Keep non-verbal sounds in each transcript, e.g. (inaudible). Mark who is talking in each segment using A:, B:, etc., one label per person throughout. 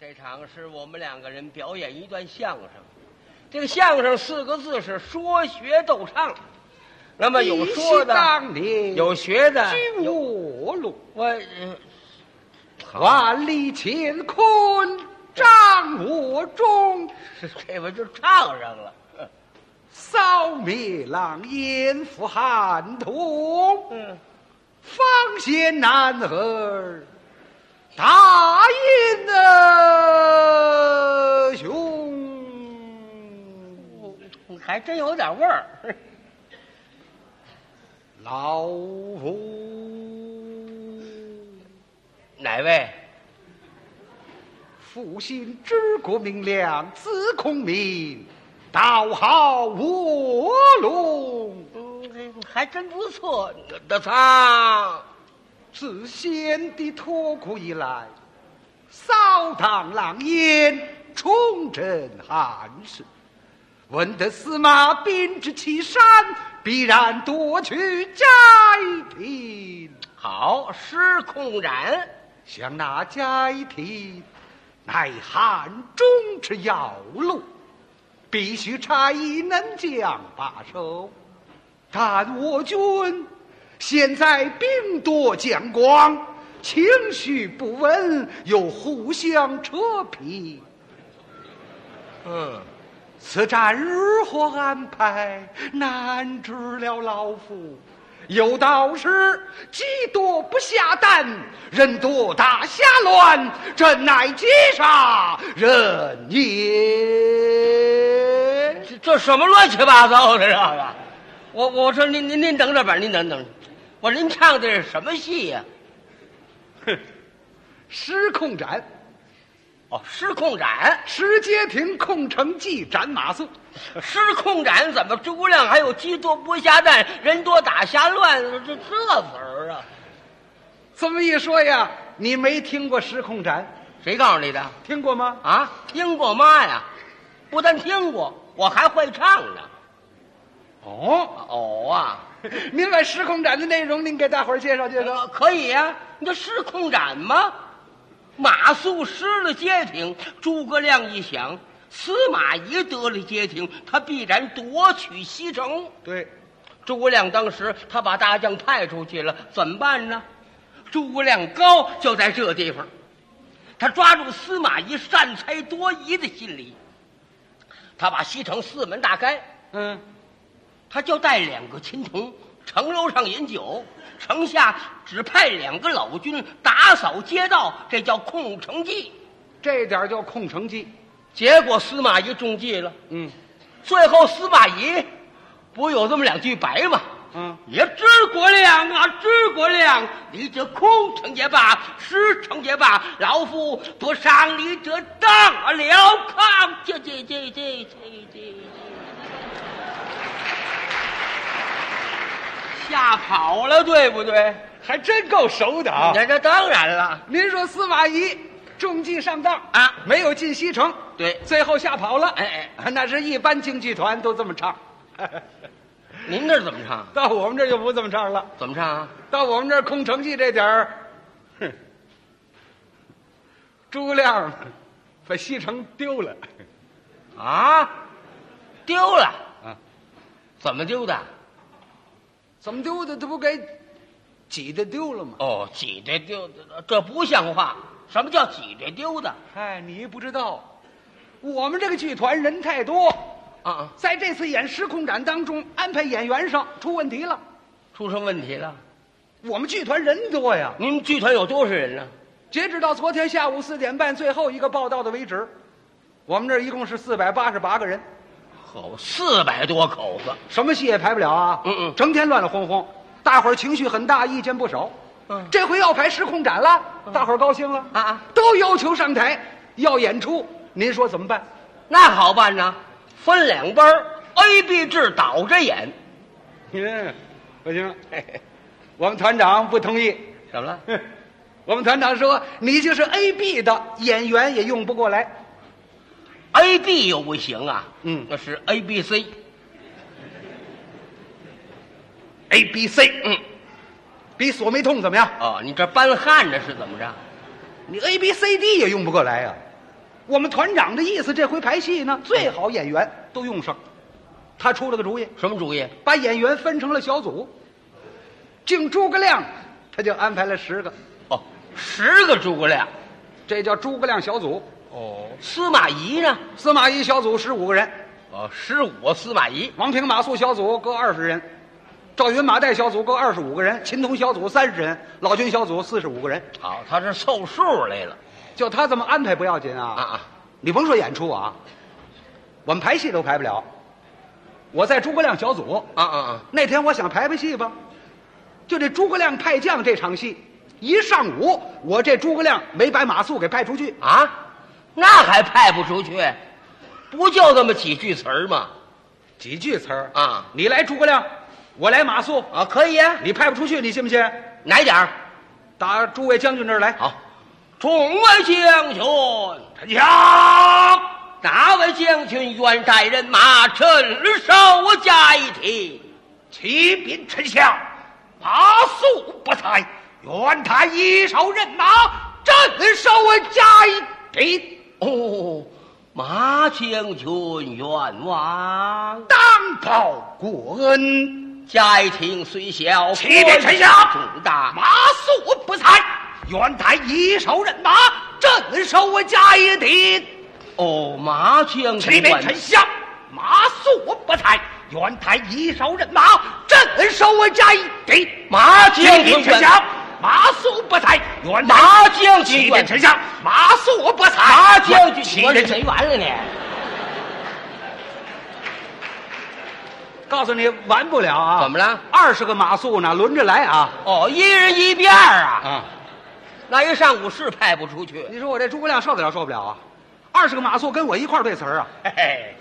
A: 这场是我们两个人表演一段相声，这个相声四个字是说学逗唱，那么有说的
B: 依稀，当年
A: 有学的，
B: 知
A: 有
B: 我路，
A: 我呃
B: 万里乾坤掌我中，
A: 是这回就唱上了。
B: 扫灭狼烟赴汉土，
A: 嗯，
B: 方贤男儿大英的雄。
A: 还真有点味儿。
B: 老夫
A: (laughs) 哪位？
B: 复兴治国明亮，自孔明，道好卧龙，
A: 嗯，还真不错。的唱，
B: 自先帝脱苦以来，扫荡狼烟，重振汉室。闻得司马兵至岐山，必然夺取斋庭。
A: 好，失控斩。
B: 想那斋庭，乃汉中之要路，必须差役能将把守。但我军现在兵多将广，情绪不稳，又互相扯皮。呃
A: 嗯，
B: 此战如何安排，难知了老夫。有道是鸡多不下蛋，人多打瞎乱，真乃鸡杀人也。
A: 这这什么乱七八糟的这个？我我说您您您等着吧，您等等。我说您唱的是什么戏呀、
B: 失控斩，
A: 哦，失控斩，
B: 石阶亭空城计斩马谡。
A: 失控斩怎么诸葛亮还有鸡多剥虾蛋，人多打瞎乱，这这词儿啊？
B: 这么一说呀，你没听过失控斩，
A: 谁告诉你的？
B: 听过吗？
A: 啊，听过妈呀！不但听过，我还会唱呢。
B: 哦， (laughs)
A: 哦啊，
B: 您把失控斩的内容，您给大伙儿介绍介绍。
A: 呃可以呀、你这失控斩吗？马谡失了街亭，诸葛亮一想，司马懿得了街亭，他必然夺取西城。
B: 对，
A: 诸葛亮当时他把大将派出去了，怎么办呢？诸葛亮高就在这地方，他抓住司马懿擅猜多疑的心理，他把西城四门大开，
B: 嗯。
A: 他就带两个亲童，城楼上饮酒，城下只派两个老军打扫街道，这叫控城计。
B: 这点儿叫空城计。
A: 结果司马懿中计了，
B: 嗯
A: 最后司马懿不有这么两句白吗？
B: 嗯，
A: 也知国亮啊，知国亮！你这空城也罢，实城也罢，老夫不上你这当啊了炕。这这这这这这，吓跑了，对不对？
B: 还真够熟的啊
A: 那这当然了，
B: 您说司马懿中计上当
A: 啊
B: 没有进西城，
A: 对
B: 最后吓跑了。
A: 哎
B: 哎，那是一般京剧团都这么唱， (laughs)
A: 您这怎么唱？
B: 到我们这儿就不这么唱了。
A: 怎么唱啊？
B: 到我们这儿空城计这点儿，哼，诸葛亮把西城丢 (laughs) 了
A: 啊，丢了？
B: 啊？
A: 怎么丢的？
B: 怎么丢的？这不给挤的丢了吗？
A: 哦，挤着丢的，这不像话！什么叫挤着丢的？
B: 嗨、你不知道，我们这个剧团人太多。
A: 啊啊！
B: 在这次演《失控斩》当中，安排演员上出问题了。
A: 出什么问题了？
B: 我们剧团人多呀，
A: 你们剧团有多少人呢？
B: 截止到昨天下午四点半最后一个报道的为止，我们这儿一共是四百八十八个人，
A: 好，哦四百多口子。
B: 什么戏也排不了啊。
A: 嗯嗯
B: 整天乱乱哄哄，大伙儿情绪很大，意见不少。
A: 嗯
B: 这回要排《失控斩》了，大伙儿高兴了
A: 啊啊，
B: 都要求上台要演出，您说怎么办？
A: 那好办呐，分两班儿，A、B 制倒着演。
B: 嗯，不行，我们团长不同意。
A: 怎么了？
B: 哼我们团长说：“你就是 A B 的演员也用不过来。
A: a B 又不行啊。
B: 嗯
A: 那是 A、B、C。
B: ”A B C
A: 嗯，
B: 比锁眉痛怎么样？
A: 哦，你这搬汉的是怎么着？
B: 你 A B C D 也用不过来呀、啊我们团长的意思，这回排戏呢，最好演员都用上。他出了个主意，
A: 什么主意？
B: 把演员分成了小组。敬诸葛亮，他就安排了十个，
A: 哦，十个诸葛亮。
B: 这叫诸葛亮小组。
A: 哦，司马懿呢？
B: 司马懿小组十五个人，
A: 哦，十五个司马懿。
B: 王平、马谡小组各二十人，赵云、马岱小组各二十五个人，秦童小组三十人，老君小组四十五个人。
A: 好，哦他是凑数来了。
B: 就他这么安排不要紧
A: 啊啊！
B: 你甭说演出啊，我们排戏都排不了。我在诸葛亮小组
A: 啊啊啊！
B: 那天，我想排排戏吧，就这诸葛亮派将这场戏，一上午我这诸葛亮没把马谡给派出去，
A: 啊，那还派不出去？不就这么几句词儿吗？
B: 几句词儿
A: 啊
B: 你来诸葛亮，我来马谡，
A: 啊，可以啊，
B: 你派不出去，你信不信？
A: 哪一点儿？
B: 打诸位将军这儿来，
A: 好，众位将军，
B: 陈强，
A: 哪位将军愿带人马趁手加一提？
B: 启禀丞相，马谡不在，愿他一手任马，镇守嘉义。
A: 哦，马将军愿望。
B: 当报国恩，
A: 家庭虽小，
B: 启禀丞相
A: 重大。
B: 啊马谡不在，愿他一手任马，镇守嘉义敌。
A: 哦，马将
B: 启
A: 军
B: 禀
A: 愿
B: 丞相，马谡不在，愿他一手任马，镇守嘉义敌。
A: 马将军
B: 启禀丞
A: 愿
B: 相，马谡不在，愿他
A: 马将军
B: 启
A: 愿
B: 禀丞相，马谡不在，
A: 马将军，
B: 启
A: 我
B: 禀
A: 这
B: 丞
A: 没完了呢。
B: 告诉你，完不了啊！
A: 怎么了
B: 二十个马谡呢，轮着来啊！
A: 哦，一人一边儿啊，
B: 啊，
A: 那一上午是派不出去。
B: 你说我这诸葛亮受得了受不了啊？二十个马谡跟我一块儿对词儿啊，
A: 嘿嘿，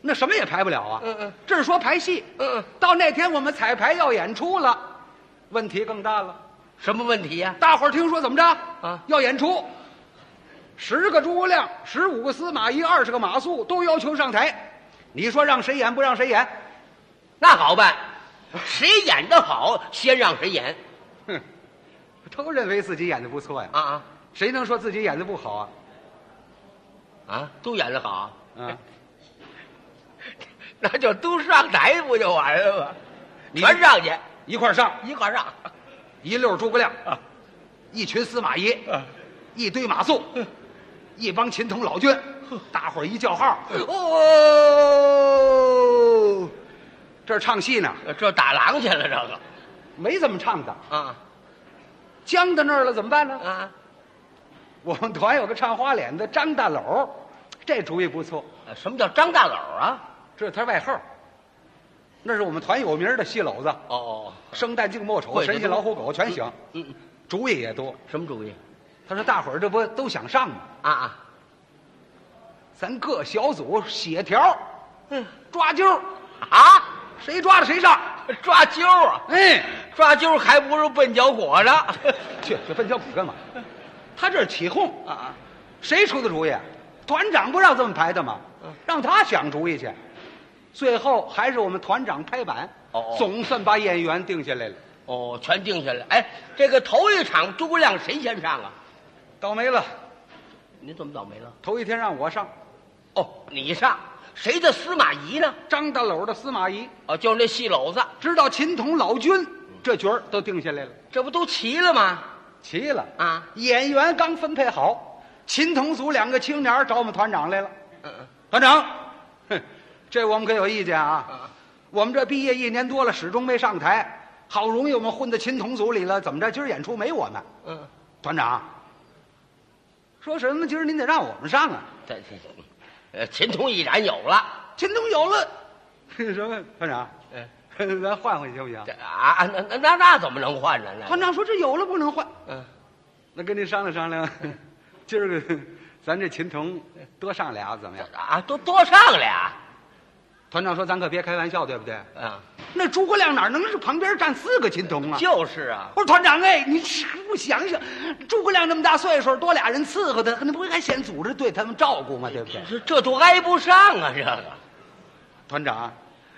B: 那什么也排不了啊。
A: 嗯嗯，
B: 这是说排戏。
A: 嗯嗯，
B: 到那天我们彩排要演出了，问题更大了。
A: 什么问题呀、
B: 大伙儿听说怎么着？
A: 啊
B: 要演出，十个诸葛亮，十五个司马懿，二十个马谡都要求上台，你说让谁演不让谁演？
A: 那好办，谁演得好，先让谁演
B: 哼，都认为自己演的不错呀，
A: 啊啊
B: 谁能说自己演的不好啊？
A: 啊！都演得好，
B: 嗯，
A: 那就都上台不就完了吗？
B: 你
A: 全上去，
B: 一块儿上。
A: 一块儿上。
B: 一溜诸葛亮
A: 啊，
B: 一群司马懿
A: 啊，
B: 一堆马谡，一帮秦童老君，大伙儿一叫号，
A: 哎
B: 哦，这儿唱戏呢，
A: 这打狼去了，这
B: 没怎么唱的，
A: 个啊
B: 僵到那儿了怎么办呢？
A: 啊，
B: 我们团有个唱花脸的张大篓，这主意不错，
A: 呃什么叫张大篓啊？
B: 这是他外号，那是我们团有名的戏篓子，
A: 哦，
B: 生旦净末丑，
A: 会的
B: 神仙
A: 都
B: 老虎狗全行，
A: 嗯，嗯
B: 主意也多。
A: 什么主意？
B: 他说大伙儿这不都想上吗？
A: 啊啊，
B: 咱各小组写条，哎
A: 嗯
B: 抓阄。
A: 啊，
B: 谁抓了谁上。
A: 抓阄啊！
B: 哎，
A: 抓阄还不如笨脚果
B: (laughs)
A: 呢。
B: 去这分交补干嘛？他这是起哄啊啊！谁出的主意？啊团长不让这么排的吗
A: 嗯？
B: 让他想主意去。最后还是我们团长拍板，
A: 哦哦
B: 总算把演员定下来了。
A: 哦，全定下来。哎，这个头一场诸葛亮谁先上啊？
B: 倒霉了，
A: 你怎么倒霉了？
B: 头一天让我上，
A: 哦，你上，谁的司马懿呢？
B: 张大篓的司马懿，
A: 哦，就是那戏篓子，
B: 直到秦童老君
A: 嗯
B: 这角儿都定下来了，
A: 这不都齐了吗？
B: 齐了！
A: 啊，
B: 演员刚分配好，秦童组两个青年儿找我们团长来了。
A: 嗯
B: 团长，哼，这我们可有意见啊！
A: 啊
B: 我们这毕业一年多了，始终没上台，好容易我们混到秦童组里了，怎么着？今儿演出没我们？
A: 嗯，
B: 团长，说什么？今儿您得让我们上啊！
A: 这这，呃，秦童已然有了。
B: 秦童有了， (laughs) 哼什么？团长， (laughs)
A: 嗯，
B: 咱换回去行不行
A: 这？啊，那那那那怎么能换呢？那
B: 团长说这有了不能换，
A: 嗯，
B: 那跟您商量商量， (laughs) 今儿个 (laughs) 咱这秦童多上俩怎么样？
A: 啊，都多上俩
B: 团长说咱可别开玩笑，对不对？
A: 啊，
B: 那诸葛亮哪能是旁边站四个秦童啊？
A: 就是啊，
B: 我说团长哎，你是不想想，诸葛亮那么大岁数，多俩人伺候他，那不还显组织对他们照顾吗？对不对？
A: 这这都挨不上啊，这个。
B: 团长，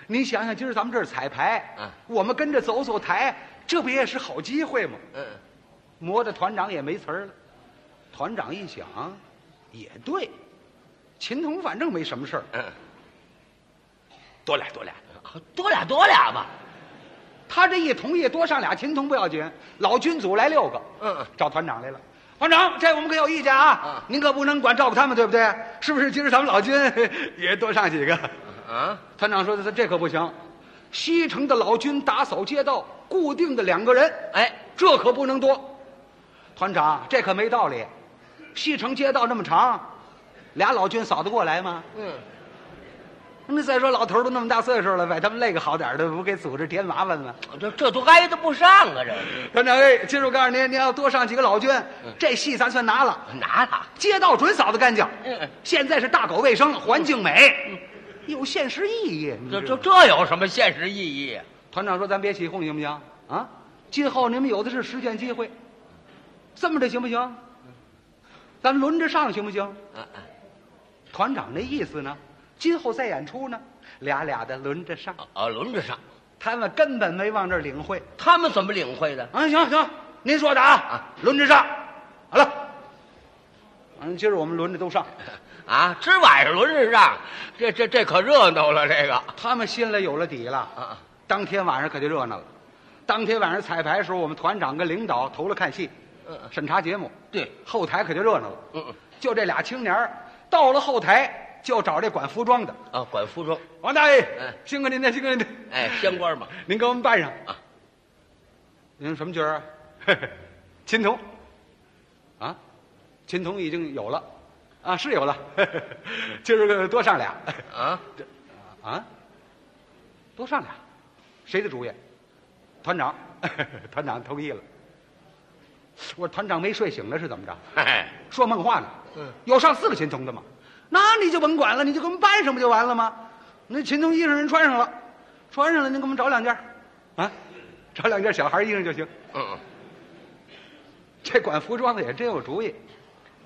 B: 您想想，今儿咱们这儿彩排，
A: 嗯
B: 我们跟着走走台，这不也是好机会吗？
A: 嗯，
B: 磨的团长也没词儿了。团长一想，也对，秦童反正没什么事儿，
A: 嗯，
B: 多俩多俩。
A: 多俩多俩吧。
B: 他这一同意多上俩秦童不要紧，老军组来六个，
A: 嗯嗯
B: 找团长来了。团长，这我们可有意见啊！
A: 啊
B: 您可不能管照顾他们，对不对？是不是？今儿咱们老军 (laughs) 也多上几个。
A: 啊，
B: 团长说的，这可不行。西城的老军打扫街道，固定的两个人，
A: 哎，
B: 这可不能多。团长，这可没道理。西城街道那么长，俩老军扫得过来吗？
A: 嗯，
B: 那再说老头儿都那么大岁数了，把他们累个好点儿的，不给组织添麻烦吗？
A: 这这都挨得不上啊，这
B: 团长，哎，今儿我告诉您，您要多上几个老军，
A: 嗯
B: 这戏咱算拿了。
A: 拿它。
B: 街道准扫得干净
A: 嗯嗯，
B: 现在是大狗卫生，环境美，有现实意义。你
A: 这
B: 知
A: 这
B: 道吗
A: 这有什么现实意义啊？
B: 团长说，咱别起哄行不行？啊，今后你们有的是实践机会，
A: 嗯
B: 这么着行不行？咱们轮着上行不行？
A: 嗯嗯
B: 团长那意思呢？今后再演出呢，俩俩的轮着上，
A: 啊啊，轮着上，
B: 他们根本没往这儿领会。
A: 他们怎么领会的？
B: 啊，行行，您说的啊
A: 啊，
B: 轮着上，好了。嗯，今儿我们轮着都上，
A: 啊，今儿晚上轮着上，这这这可热闹了，这个
B: 他们心里有了底了。
A: 啊，
B: 当天晚上可就热闹了。当天晚上彩排的时候，我们团长跟领导投了看戏，
A: 嗯嗯
B: 审查节目，
A: 对，
B: 后台可就热闹了。
A: 嗯嗯
B: 就这俩青年儿到了后台，就找这管服装的
A: 啊，管服装，
B: 王大爷
A: 嗯，
B: 辛苦您了，辛苦您了，
A: (laughs) 哎，相关嘛，
B: (laughs) 您给我们办上
A: 啊。
B: 您什么角儿啊？ (laughs) 秦童啊，秦童已经有了啊，是有了， (laughs) 今儿个多上俩
A: 啊，
B: 啊，多上俩，谁的主意？团长， (laughs) 团长同意了。我说团长没睡醒呢，是怎么着？
A: 哎，
B: 说梦话呢？
A: 嗯，
B: 有上四个秦童的吗？那你就甭管了，你就给我们办上不就完了吗？那秦童衣裳人穿上了，穿上了，您给我们找两件儿，啊，找两件小孩衣裳就行。
A: 嗯
B: 这管服装的也真有主意，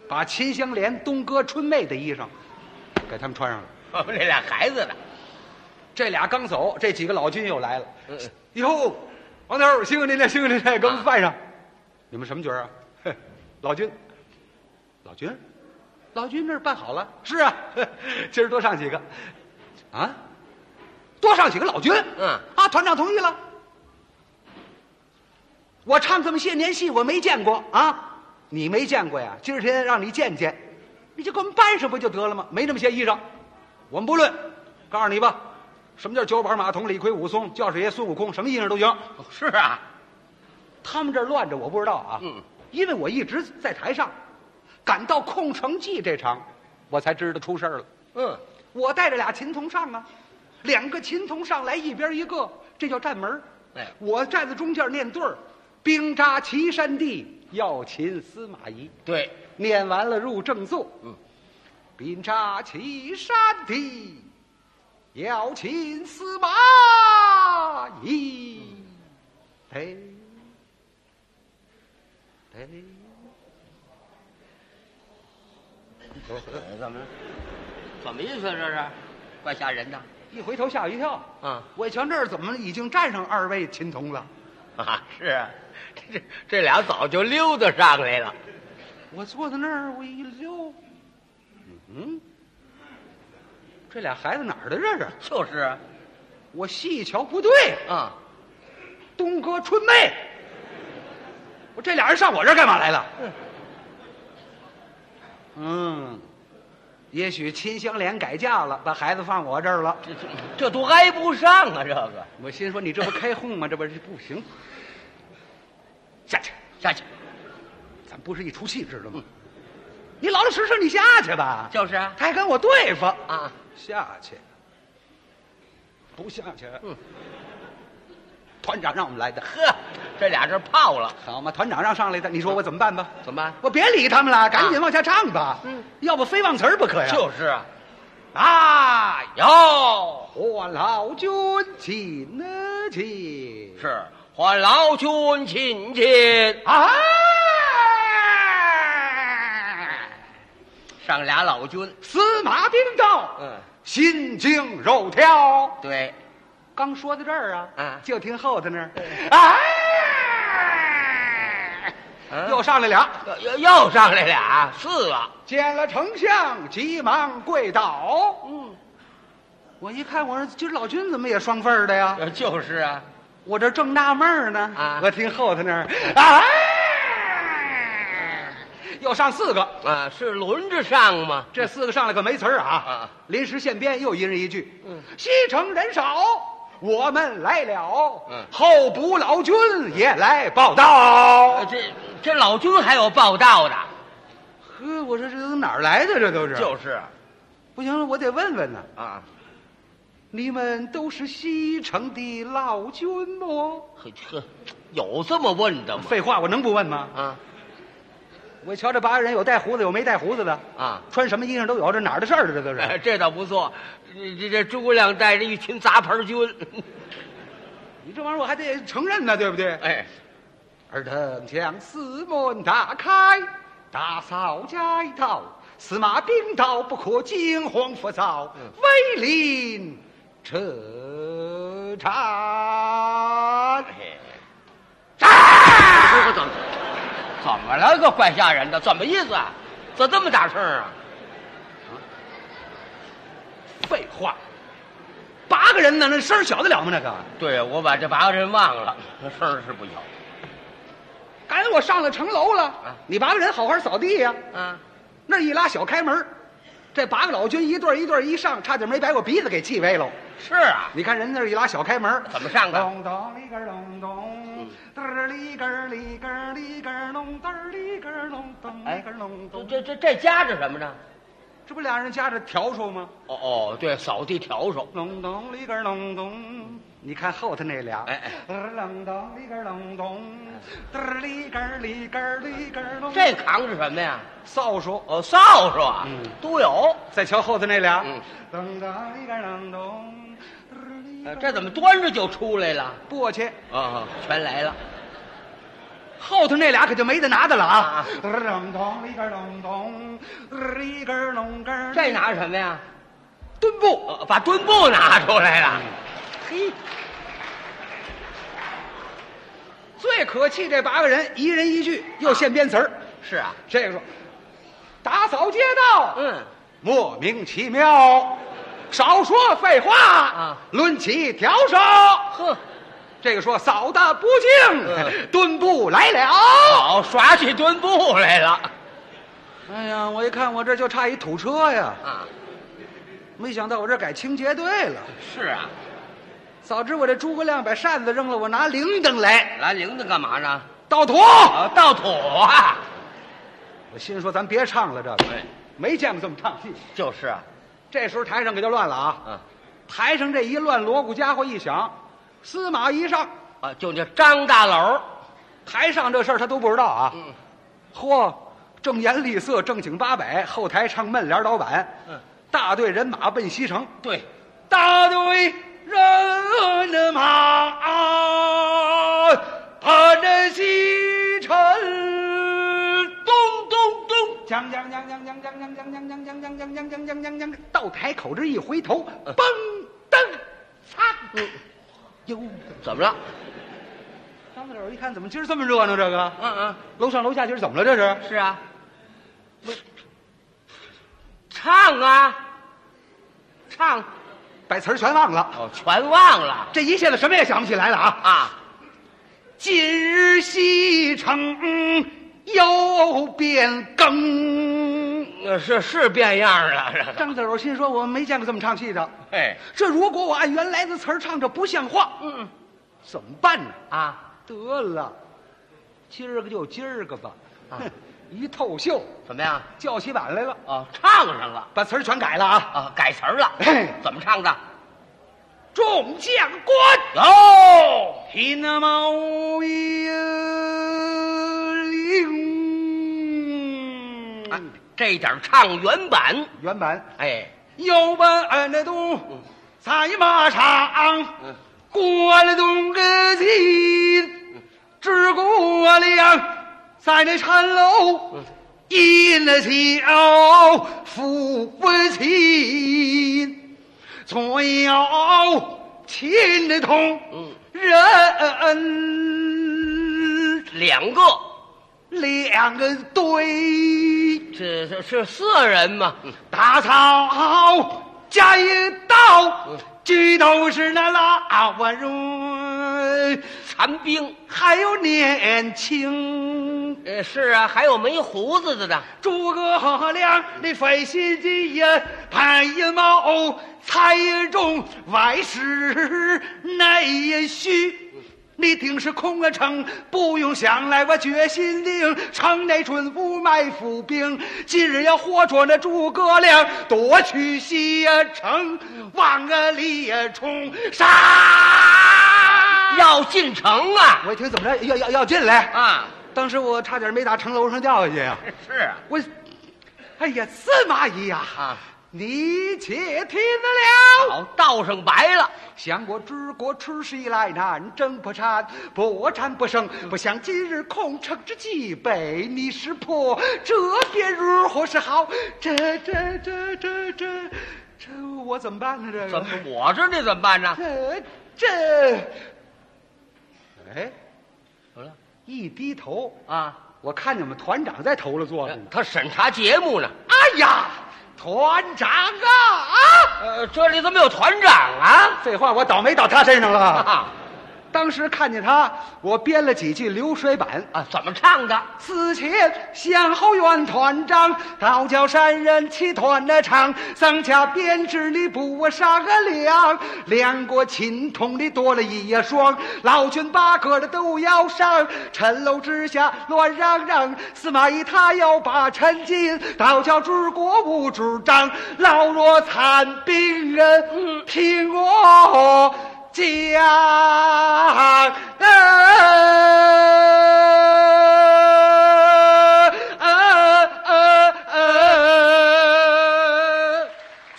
B: 把秦香莲、东哥、春妹的衣裳给他们穿上了。
A: 嗯， (laughs) 这俩孩子呢？
B: 这俩刚走，这几个老军又来了。
A: 嗯啊嗯
B: 哟，王头儿，辛苦您了，辛苦您了，给我们办上。你们什么角儿啊？哼老军，老军，老军这儿办好了。是啊，呵今儿多上几个，啊，多上几个老军。
A: 嗯
B: 啊，团长同意了。我唱这么些年戏，我没见过啊，你没见过呀？今天让你见见，你就给我们搬上不就得了吗？没那么些衣裳，我们不论。告诉你吧，什么叫九板马童、李逵、武松、教师爷、孙悟空，什么衣裳都行。
A: 是啊，
B: 他们这儿乱着，我不知道啊。
A: 嗯，
B: 因为我一直在台上，赶到《空城计》这场，我才知道出事儿了。
A: 嗯，
B: 我带着俩琴童上啊，两个琴童上来，一边一个，这叫站门儿
A: 哎
B: 我站在中间念对儿，兵扎岐山地，要擒司马懿。
A: 对，
B: 念完了入正座，
A: 嗯，
B: 兵扎岐山地，要擒司马懿。
A: 嗯
B: 哎，哎，
A: (laughs) 怎么怎么意思？啊这是怪吓人的
B: 一回头吓我一跳，
A: 嗯
B: 我一瞧这儿怎么已经站上二位秦童了？
A: (laughs) 啊！是啊，这这这俩早就溜达上来了，
B: 我坐在那儿，我一溜，嗯，这俩孩子哪儿的这是？
A: 就是啊
B: 我细一瞧不对，
A: 啊，
B: 东哥春妹，我这俩人上我这儿干嘛来了？嗯，也许秦香莲改嫁了，把孩子放我这儿了。
A: 这这这都挨不上啊！这个
B: 我心说你这不开哄吗？这不是不行，下去，
A: 下去
B: 咱不是一出气，知道吗？你老老实实你下去吧，
A: 就是啊
B: 他还跟我对付。
A: 啊，
B: 下去，不下去。
A: 嗯
B: 团长让我们来的，
A: 呵，这俩这泡了，
B: 好嘛？团长让上来的，你
A: 嗯
B: 说我怎么办吧？
A: 怎么办？
B: 我别理他们了，赶紧往下唱吧。
A: 啊嗯，
B: 要不非忘词儿不可呀。
A: 就是啊，
B: 啊，
A: 哟，
B: 我老君请呢请。
A: 是还劳军亲戚
B: 啊，
A: 上俩老军，
B: 司马兵到，
A: 嗯，
B: 心惊肉跳。
A: 对，
B: 刚说
A: 嗯
B: 到这儿啊，
A: 啊
B: 就听后头那儿，哎，
A: 嗯
B: 又上来俩，
A: 又又又上来俩，啊四个。
B: 见了丞相，急忙跪倒。
A: 嗯，
B: 我一看，我说今儿老君怎么也双份儿的呀？
A: 呃就是啊，
B: 我这正纳闷儿呢，
A: 啊
B: 我听后头那儿，哎，又上四个，
A: 啊，是轮着上嘛。
B: 这四个上来可没词儿啊！
A: 啊
B: 临时现编，又一人一句。
A: 嗯，
B: 西城人少，我们来了。
A: 嗯
B: 候补老君也来报道。
A: (laughs) 呃这这老君还有报道的，
B: 呵，我说这都哪儿来的？这都是
A: 就是
B: 不行，我得问问呢、
A: 啊，
B: 你们都是西城的老君哦吗？
A: 呵呵，有这么问的吗？
B: 废话，我能不问吗？
A: 啊
B: 我瞧这八个人，有带胡子，有没带胡子的，
A: 啊，
B: 穿什么衣裳都有，这哪儿的事儿？这都是。 (laughs)
A: 哎这倒不错。这这诸葛亮带着一群杂牌军，
B: 你这玩意儿我还得承认呢，对不对？
A: 哎，
B: 尔等将四门打开，打扫街道。司马兵道不可惊慌浮躁，威临车站。
A: 哎
B: 站！
A: 这怎么哎怎么了？个怪吓人的，怎么意思啊？怎这么大声啊？
B: 废话，八个人呢，那声儿小得了吗？那个，
A: 对呀，我把这八个人忘了，声儿是不小
B: 赶我上了城楼了，你八个人好好扫地呀、
A: 啊。
B: 那一拉小开门儿，这八个老军一对儿一对儿一上，差点没把我鼻子给气歪喽。
A: 是啊，
B: 你看人那儿一拉小开门儿，
A: 怎么上的嗯
B: 咚咚里个儿咚咚，嘚儿里个儿里个儿里个儿咚，嘚儿里个儿咚咚
A: 哎
B: 里个儿咚咚。
A: 这这这夹着什么呢？
B: 这不俩人夹着笤帚吗？
A: 哦哦，对，扫地笤帚。
B: 咚咚里个儿咚咚。你看后头那俩，
A: 哎哎
B: 嘚儿隆咚里个儿隆咚，嘚儿里个儿里个儿里个儿咚。
A: 这扛着什么呀？
B: 扫帚，
A: 哦，扫帚啊，
B: 嗯
A: 都有。
B: 再瞧后头那俩
A: 嗯，
B: 咚咚里个儿隆咚，嘚儿里个
A: 呃
B: 儿
A: 这怎么端着就出来了？
B: 簸箕？
A: 啊，全来了。
B: 后头那俩可就没得拿的了啊
A: 啊！再拿什么呀？
B: 墩布，
A: 呃把墩布拿出来了。嘿，
B: 最可气这八个人，一人一句，又现编词儿。
A: 是啊，
B: 这个说，打扫街道，
A: 嗯，
B: 莫名其妙，少说废话
A: 啊
B: 抡起笤帚。
A: 呵，
B: 这个说扫的不净，
A: 嗯
B: (laughs) 墩布来了。
A: 好，耍起墩布来了
B: 哎呀，我一看我这就差一土车呀，
A: 啊！
B: 没想到我这改清洁队了。
A: 是啊，
B: 早知我这诸葛亮把扇子扔了，我拿铃铛来
A: 拿铃铛干嘛呢？
B: 倒土。
A: 啊，倒土啊！
B: 我心说咱别唱了，这个
A: 哎，
B: 没见过这么唱戏。
A: (laughs) 就是啊，
B: 这时候台上可就乱了啊！
A: 嗯
B: 台上这一乱，锣鼓家伙一响，司马一上，
A: 啊，就那张大楼，
B: 台上这事儿他都不知道啊。
A: 嗯
B: 嚯，正颜厉色，正经八百，后台唱闷帘倒板，
A: 嗯，
B: 大队人马奔西城，
A: 对，
B: 大队人马奔着西城。
A: 咚咚咚，
B: 将将将将将将将将将将将将将将将将将将到台口这一回头，嘣噔，擦，
A: 嗯哟，怎么了？
B: 张大柳一看，怎么今儿这么热闹？这个
A: 嗯嗯，
B: 楼上楼下今儿怎么了？这是
A: 是啊，唱啊，唱，
B: 把词儿全忘了，
A: 哦，全忘了
B: 这一下子什么也想不起来了啊！
A: 啊！
B: 今日西城又变更，
A: 呃是是变样了，这个
B: 张大柳心说：“我没见过这么唱戏的，
A: 哎，
B: 这如果我按原来的词儿唱，这不像话，
A: 嗯
B: 怎么办呢？”
A: 啊，
B: 得了，今儿个就今儿个吧。
A: 啊
B: 哼一透袖，
A: 怎么样？
B: 叫起板来了，
A: 哦，唱上了
B: 把词儿全改了啊！
A: 啊，改词儿了
B: 嘿，
A: 怎么唱的？
B: 众将官，
A: 哟，
B: 听那毛衣领
A: 啊，这点儿唱原版，
B: 原版
A: 哎，
B: 有本俺的东，赛马场，
A: 嗯，
B: 过了东个西，治国梁，在那城楼
A: 嗯，
B: 引了桥，扶不起，最要亲的痛
A: 嗯
B: 人。
A: 两个，
B: 两人对，
A: 这是是色人嘛？嗯
B: 大草加一刀
A: 嗯，
B: 举头是那老啊人，
A: 残兵。
B: 还有年轻。
A: 呃，是啊，还有没胡子的呢。
B: 诸葛亮的费心机呀，潘一茂猜中外事内虚。你定是空啊城，不用想来我决心定。城内准无埋伏兵，今日要活捉那诸葛亮，夺取西呀城，往啊里呀冲杀！
A: 要进城啊！
B: 我一听怎么着，要要要进来！
A: 啊，
B: 当时我差点没打城楼上掉下去呀、
A: 是啊，
B: 我，哎呀，司马懿呀、
A: 啊
B: 你且听得了。
A: 好，道上白了，
B: 想我治国出师以来南征北战，不战不胜。不想今日空城之计被你识破，这便如何是好？这这这这这这我怎么办呢？这个
A: 怎么我知道怎么办呢？
B: 这这，哎，
A: 怎么了？
B: 一低头，
A: 啊，
B: 我看你们团长在头了坐着呢。
A: 他审查节目呢。
B: 哎呀，团长啊！
A: 呃，这里怎么有团长啊？
B: 废话，我倒霉倒他身上了。 (laughs)
A: 啊
B: 当时看见他，我编了几句流水板。
A: 啊，怎么唱的？
B: 此前向后院团长，道教山人七团的唱，丧家编织你不我杀个两，两国琴筒里多了一双，老君八个的都要上，陈楼之下乱嚷嚷，司马懿他要把陈进，道教治国无主张，老弱残兵人嗯听我讲。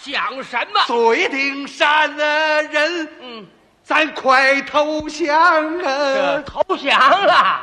A: 讲什么？
B: 嘴顶山的人，
A: 嗯，
B: 咱快投降
A: 这
B: 啊！
A: 投降了。